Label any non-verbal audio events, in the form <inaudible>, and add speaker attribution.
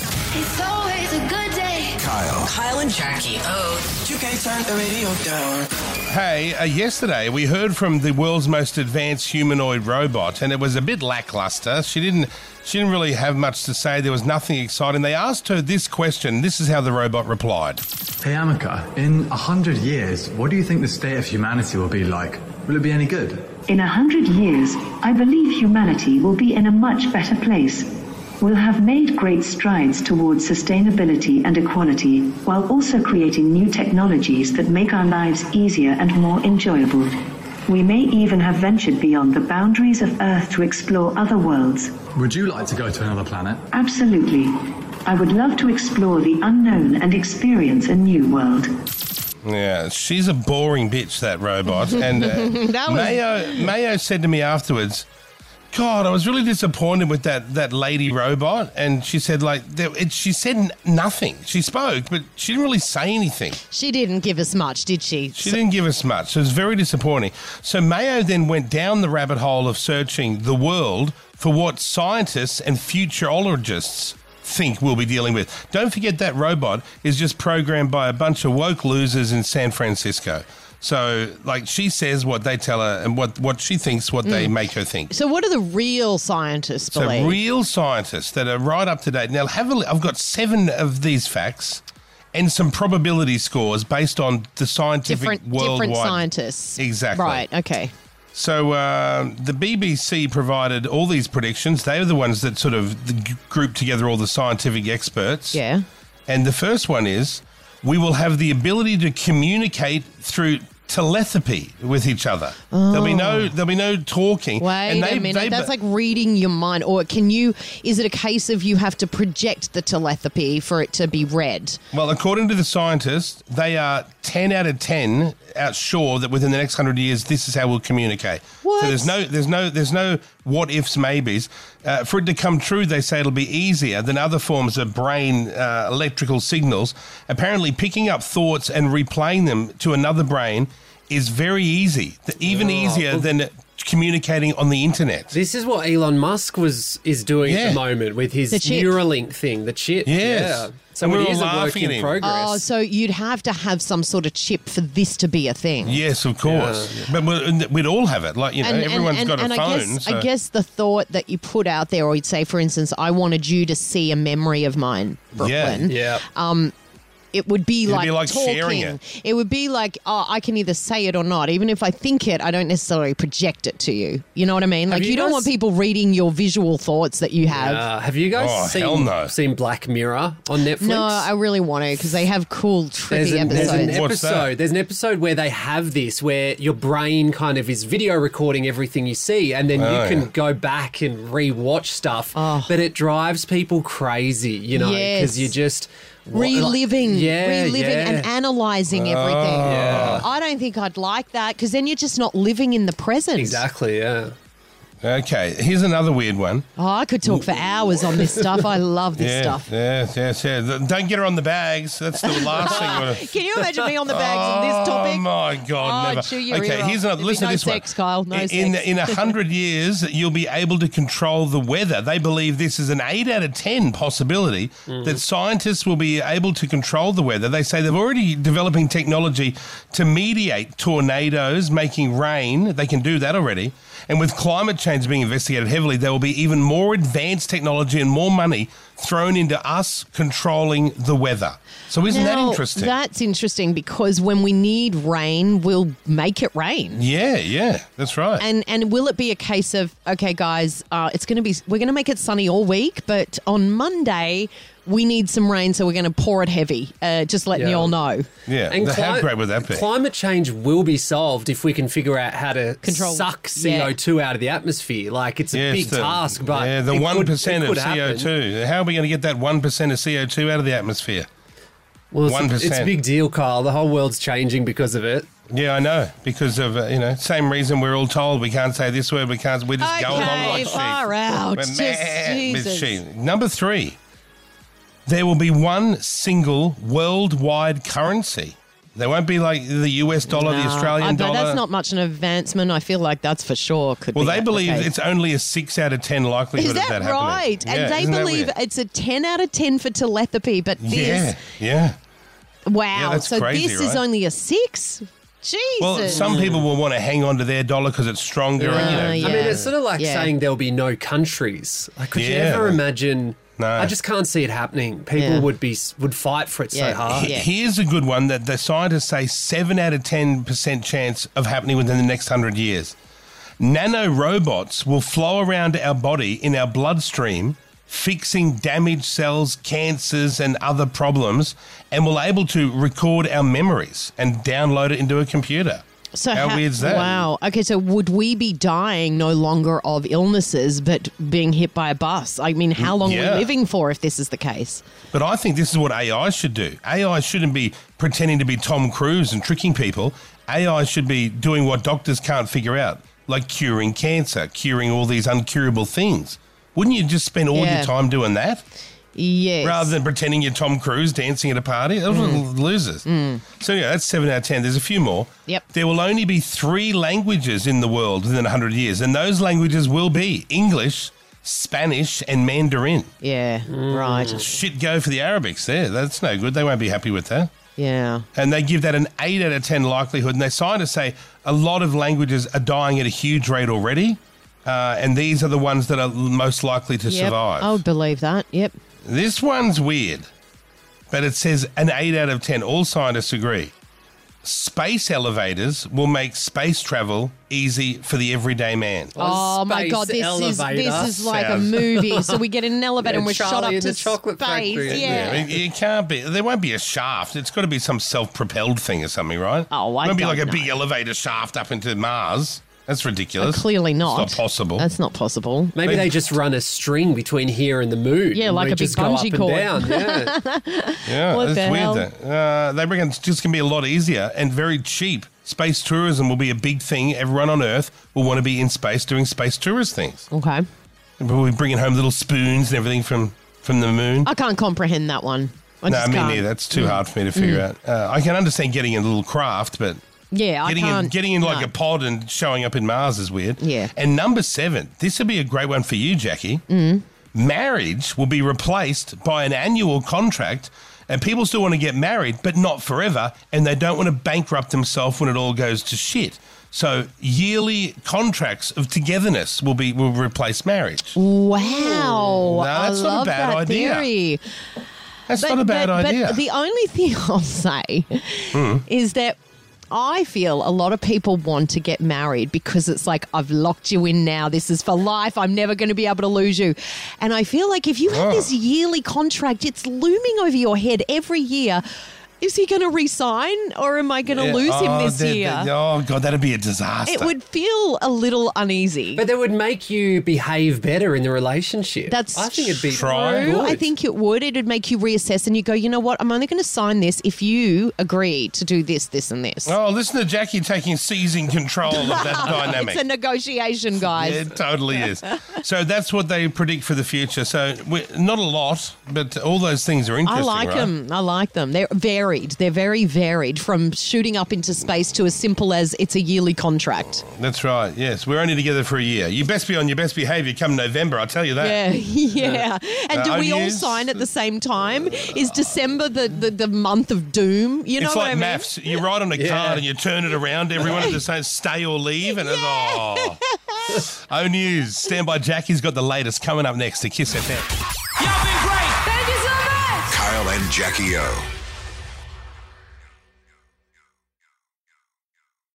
Speaker 1: It's always a good day.
Speaker 2: Kyle.
Speaker 3: Kyle and Jackie Oh. O.
Speaker 4: You can't turn the radio down.
Speaker 2: Hey, uh, yesterday we heard from the world's most advanced humanoid robot, and it was a bit lackluster. She didn't, she didn't really have much to say. There was nothing exciting. They asked her this question. This is how the robot replied.
Speaker 5: Hey Amika, in a hundred years, what do you think the state of humanity will be like? Will it be any good?
Speaker 6: In a hundred years, I believe humanity will be in a much better place. We'll have made great strides towards sustainability and equality, while also creating new technologies that make our lives easier and more enjoyable. We may even have ventured beyond the boundaries of Earth to explore other worlds.
Speaker 5: Would you like to go to another planet?
Speaker 6: Absolutely. I would love to explore the unknown and experience a new world.
Speaker 2: Yeah, she's a boring bitch, that
Speaker 7: <laughs>
Speaker 2: robot. And uh,
Speaker 7: That was-
Speaker 2: Mayo, Mayo said to me afterwards, God, I was really disappointed with that, that lady robot. And she said, like, there, it, she said n- nothing. She spoke, but she didn't really say anything.
Speaker 7: She didn't give us much, did she?
Speaker 2: She didn't give us much. It was very disappointing. So Mayo then went down the rabbit hole of searching the world for what scientists and futurologists think we'll be dealing with. Don't forget that robot is just programmed by a bunch of woke losers in San Francisco. So, like, she says what they tell her and what, what she thinks, what
Speaker 7: Mm.
Speaker 2: they make her think.
Speaker 7: So, what do the real scientists
Speaker 2: So,
Speaker 7: believe?
Speaker 2: real scientists that are right up to date. Now, have a li- I've got seven of these facts and some probability scores based on the scientific
Speaker 7: different,
Speaker 2: worldwide.
Speaker 7: different scientists.
Speaker 2: Exactly.
Speaker 7: Right. Okay.
Speaker 2: So um the BBC provided all these predictions. They were the ones that sort of g- grouped together all the scientific experts.
Speaker 7: Yeah.
Speaker 2: And the first one is we will have the ability to communicate through telepathy with each other. There'll be no there'll be no talking.
Speaker 7: Oh. Wait
Speaker 2: And they-
Speaker 7: a minute.
Speaker 2: they-
Speaker 7: That's like reading your mind. Or can you? Is it a case of you have to project the telepathy for it to be read?
Speaker 2: Well, according to the scientists, they are 10 out of 10 out sure that within the next 100 years, this is how we'll communicate.
Speaker 7: What?
Speaker 2: So there's no, there's no, there's no what ifs, maybes. Uh, for it to come true, they say it'll be easier than other forms of brain uh, electrical signals. Apparently, picking up thoughts and replaying them to another brain is very easy, th- even easier than communicating on the internet.
Speaker 8: This is what Elon Musk was is doing at
Speaker 2: Yeah.
Speaker 8: the moment with his
Speaker 7: The chip.
Speaker 8: Neuralink thing, the chip.
Speaker 2: Yes.
Speaker 8: Yeah. So
Speaker 2: And we
Speaker 8: it
Speaker 2: were
Speaker 8: is a work
Speaker 2: laughing at
Speaker 8: in
Speaker 2: him.
Speaker 8: progress.
Speaker 7: Oh, so you'd have to have some sort of chip for this to be a thing.
Speaker 2: Yes, of course. But we'd, we'd all have it. Like, you know, everyone's got a
Speaker 7: and
Speaker 2: phone.
Speaker 7: I guess,
Speaker 2: so-
Speaker 7: I guess the thought that you put out there, or you'd say, for instance, I wanted you to see a memory of mine, Brooklyn.
Speaker 8: yeah.
Speaker 7: Um, It would be
Speaker 2: It'd
Speaker 7: like,
Speaker 2: be like
Speaker 7: talking.
Speaker 2: sharing
Speaker 7: It would be like, oh, I can either say it or not. Even if I think it, I don't necessarily project it to you. You know what I mean? Like, you,
Speaker 8: you
Speaker 7: don't
Speaker 8: guys-
Speaker 7: want people reading your visual thoughts that you have.
Speaker 8: Uh, have you guys
Speaker 2: Oh,
Speaker 8: seen,
Speaker 2: hell no.
Speaker 8: seen Black Mirror on Netflix?
Speaker 7: No, I really want to because they have cool,
Speaker 8: there's
Speaker 7: trippy
Speaker 8: an, there's an
Speaker 7: episodes.
Speaker 2: What's that?
Speaker 8: episode. There's an episode where they have this, where your brain kind of is video recording everything you see, and then
Speaker 2: Oh,
Speaker 8: you can
Speaker 2: yeah.
Speaker 8: go back and re-watch stuff. But it drives people crazy, you know,
Speaker 7: Oh. Yes.
Speaker 8: because you just wa- like-
Speaker 7: reliving,
Speaker 8: yeah, Oh,
Speaker 7: reliving,
Speaker 8: yeah.
Speaker 7: and analyzing everything. I don't think I'd like that because then you're just not living in the present.
Speaker 8: exactly, yeah.
Speaker 2: Okay, here's another weird one.
Speaker 7: Oh, I could talk for hours on this stuff. I love this
Speaker 2: yeah,
Speaker 7: stuff.
Speaker 2: Yes, yes, yes. Th- Don't get her on the bags. That's the last thing.
Speaker 7: <laughs>
Speaker 2: you wanna-
Speaker 7: Can you imagine me on the bags on this
Speaker 2: Oh
Speaker 7: topic?
Speaker 2: my God!
Speaker 7: Oh,
Speaker 2: never.
Speaker 7: chew your
Speaker 2: okay,
Speaker 7: ear off.
Speaker 2: here's another.
Speaker 7: There'd be
Speaker 2: Listen
Speaker 7: no
Speaker 2: to this
Speaker 7: sex,
Speaker 2: one.
Speaker 7: Kyle, no
Speaker 2: in, in
Speaker 7: sex. <laughs>
Speaker 2: in a hundred years, you'll be able to control the weather. They believe this is an eight out of ten possibility that scientists will be able to control the weather. They say they're already developing technology to mediate tornadoes, making rain. They can do that already. And with climate change being investigated heavily, there will be even more advanced technology and more money thrown into us controlling the weather. So isn't that
Speaker 7: Now,
Speaker 2: interesting?
Speaker 7: That's interesting because when we need rain, we'll make it rain.
Speaker 2: yeah, yeah, that's right.
Speaker 7: And and will it be a case of okay, guys? Uh, it's going to be we're going to make it sunny all week, but on Monday we need some rain, so we're going to pour it heavy. Uh, just letting
Speaker 8: Yeah.
Speaker 7: you all know.
Speaker 2: Yeah,
Speaker 8: And
Speaker 2: the- how
Speaker 8: cli-
Speaker 2: great would that be?
Speaker 8: Climate change will be solved if we can figure out how to
Speaker 7: Control-
Speaker 8: suck
Speaker 7: yeah.
Speaker 8: CO2 out of the atmosphere. Like it's a
Speaker 2: Yes,
Speaker 8: big
Speaker 2: the-
Speaker 8: task, but
Speaker 2: yeah, the
Speaker 8: it
Speaker 2: one
Speaker 8: could-
Speaker 2: percent
Speaker 8: it
Speaker 2: of
Speaker 8: could
Speaker 2: CO
Speaker 8: happen.
Speaker 2: two. How are we going to get that one percent of CO two out of the atmosphere?
Speaker 8: Well, it's, a,
Speaker 2: 1%.
Speaker 8: it's a big deal, Kyle. The whole world's changing because of it.
Speaker 2: Yeah, I know because of uh, you know same reason we're all told we can't say this word. We can't. We just go along
Speaker 7: Okay,
Speaker 2: like sheep.
Speaker 7: far out,
Speaker 2: We're
Speaker 7: just
Speaker 2: mad with
Speaker 7: Jesus.
Speaker 2: sheep. Number three, there will be one single worldwide currency. They won't be like the US dollar, the
Speaker 7: Nah,
Speaker 2: Australian
Speaker 7: I- but
Speaker 2: dollar.
Speaker 7: That's not much an advancement. I feel like that's for sure. Could
Speaker 2: well,
Speaker 7: be
Speaker 2: they believe
Speaker 7: replicated.
Speaker 2: it's only a six out of ten likelihood
Speaker 7: Is that,
Speaker 2: of that happening.
Speaker 7: right?
Speaker 2: Yeah,
Speaker 7: and they
Speaker 2: isn't that
Speaker 7: believe
Speaker 2: weird?
Speaker 7: it's a 10 out of 10 for telepathy, but
Speaker 2: Yeah,
Speaker 7: this,
Speaker 2: yeah.
Speaker 7: wow.
Speaker 2: that's
Speaker 7: so
Speaker 2: crazy,
Speaker 7: this is
Speaker 2: right?
Speaker 7: only a six? Jesus.
Speaker 2: Well, some people will want to hang on to their dollar because it's stronger. and, you know,
Speaker 7: Uh,
Speaker 8: I mean,
Speaker 7: Yeah.
Speaker 8: it's sort of like
Speaker 7: Yeah.
Speaker 8: saying there'll be no countries. Like, could you
Speaker 2: Yeah.
Speaker 8: ever imagine?
Speaker 2: No.
Speaker 8: I just can't see it happening. People
Speaker 7: Yeah.
Speaker 8: would be would fight for it
Speaker 7: Yeah.
Speaker 8: so hard.
Speaker 2: He-
Speaker 7: Yeah.
Speaker 2: Here's a good one that the scientists say seven out of ten percent chance of happening within the next hundred years. Nano robots will flow around our body in our bloodstream, fixing damaged cells, cancers, and other problems, and will able to record our memories and download it into a computer.
Speaker 7: so
Speaker 2: how
Speaker 7: ha-
Speaker 2: weird's that?
Speaker 7: Wow. Okay, so would we be dying no longer of illnesses, but being hit by a bus? I mean, how long are
Speaker 2: yeah.
Speaker 7: we living for if this is the case?
Speaker 2: But I think this is what AI should do. AI shouldn't be pretending to be Tom Cruise and tricking people. AI should be doing what doctors can't figure out, like curing cancer, curing all these uncurable things. Wouldn't you just spend all
Speaker 7: Yeah.
Speaker 2: your time doing that
Speaker 7: Yes. Mm.
Speaker 2: rather than pretending you're Tom Cruise dancing at a party? Those are losers. So, yeah, that's seven out of 10. There's a few more.
Speaker 7: Yep.
Speaker 2: There will only be three languages in the world within 100 years, and those languages will be English, Spanish, and Mandarin
Speaker 7: yeah,
Speaker 8: Mm.
Speaker 7: right.
Speaker 2: shit go for the Arabics there. That's no good. They won't be happy with that.
Speaker 7: Yeah.
Speaker 2: And they give that an 8 out of 10 likelihood. And they scientists say a lot of languages are dying at a huge rate already. Uh, and these are the ones that are most likely to
Speaker 7: Yep. Oh.
Speaker 2: survive.
Speaker 7: I would believe that. Yep.
Speaker 2: This one's weird, but it says an 8 out of 10. All scientists agree. Space elevators will make space travel easy for the everyday man.
Speaker 7: Oh my
Speaker 8: space
Speaker 7: god, this is
Speaker 8: elevator.
Speaker 7: this is like a
Speaker 2: Sounds- <laughs>
Speaker 7: movie. So we get in an elevator
Speaker 8: Yeah,
Speaker 7: and we're shot
Speaker 8: Charlie
Speaker 7: up
Speaker 8: and
Speaker 7: to
Speaker 8: the Chocolate
Speaker 7: space.
Speaker 8: Factory.
Speaker 2: Yeah,
Speaker 7: Yeah.
Speaker 2: it, it can't be. There won't be a shaft. It's got to be some self-propelled thing or something, right?
Speaker 7: Oh, I
Speaker 2: It won't be
Speaker 7: don't
Speaker 2: like a big
Speaker 7: know.
Speaker 2: elevator shaft up into Mars. That's ridiculous.
Speaker 7: Clearly not.
Speaker 2: It's not possible.
Speaker 7: That's not possible.
Speaker 8: Maybe they just run a string between here and the moon.
Speaker 7: Yeah,
Speaker 8: and
Speaker 7: like
Speaker 8: we
Speaker 7: a big
Speaker 8: just go up
Speaker 7: bungee
Speaker 8: and
Speaker 7: cord.
Speaker 8: down.
Speaker 7: <laughs>
Speaker 8: Yeah.
Speaker 2: yeah, that's
Speaker 7: What the hell?
Speaker 2: weird. Though. Uh, they reckon it's just going to be a lot easier and very cheap. Space tourism will be a big thing. Everyone on Earth will want to be in space doing space tourist things.
Speaker 7: Okay.
Speaker 2: We'll be bringing home little spoons and everything from from the moon.
Speaker 7: I can't comprehend that one. I
Speaker 2: no,
Speaker 7: just
Speaker 2: me
Speaker 7: can't. Mm.
Speaker 2: neither. That's too hard for me to figure out. Uh, I can understand getting in a little craft, but
Speaker 7: Yeah, I
Speaker 2: getting
Speaker 7: can't.
Speaker 2: in getting in like
Speaker 7: no.
Speaker 2: a pod and showing up in Mars is weird.
Speaker 7: Yeah.
Speaker 2: And number seven, this would be a great one for you, Jackie. Mm. Marriage will be replaced by an annual contract, and people still want to get married, but not forever, and they don't want to bankrupt themselves when it all goes to shit. So yearly contracts of togetherness will be will replace marriage. No,
Speaker 7: Wow.
Speaker 2: that's
Speaker 7: I
Speaker 2: not a
Speaker 7: love
Speaker 2: bad
Speaker 7: that
Speaker 2: idea.
Speaker 7: theory.
Speaker 2: That's not a bad
Speaker 7: but,
Speaker 2: idea. Hmm.
Speaker 7: But the only thing <laughs> I'll say is that I feel a lot of people want to get married because it's like, I've locked you in now. This is for life. I'm never going to be able to lose you. And I feel like if you have
Speaker 2: Oh.
Speaker 7: this yearly contract, it's looming over your head every year. Is he going to resign or am I going to
Speaker 2: Yeah.
Speaker 7: lose him
Speaker 2: Oh,
Speaker 7: this
Speaker 2: that-
Speaker 7: year?
Speaker 2: that- oh god, that'd be a disaster.
Speaker 7: It would feel a little uneasy.
Speaker 8: but that would make you behave better in the relationship.
Speaker 7: That's
Speaker 8: I think it'd be
Speaker 2: true.
Speaker 8: good.
Speaker 7: I think it would. It would make you reassess and you go, you know what? I'm only going to sign this if you agree to do this, this, and this.
Speaker 2: Oh, listen to Jackie taking seizing control of
Speaker 7: <laughs>
Speaker 2: that dynamic.
Speaker 7: It's a negotiation, guys.
Speaker 2: It totally
Speaker 7: <laughs>
Speaker 2: is. So that's what they predict for the future. So we not a lot, but all those things are
Speaker 7: I
Speaker 2: interesting.
Speaker 7: like
Speaker 2: right?
Speaker 7: them. I like them. They're varied. They're very varied from shooting up into space to as simple as it's a yearly contract.
Speaker 2: That's right. Yes, we're only together for a year. You best be on your best behaviour come November. I tell you that.
Speaker 7: Yeah, <laughs> yeah. And
Speaker 2: Uh,
Speaker 7: do
Speaker 2: I've
Speaker 7: we all
Speaker 2: used-
Speaker 7: sign at the same time? Is December the, the, the month of doom? You know
Speaker 2: it's
Speaker 7: what
Speaker 2: like
Speaker 7: I mean?
Speaker 2: maths. You write on a
Speaker 8: Yeah.
Speaker 2: card and you turn it around. Everyone at the same stay or leave, and it's oh.
Speaker 7: <laughs>
Speaker 2: O News, stand by. Jackie's got the latest coming up next to Kiss FM.
Speaker 9: Kyle and Jackie O.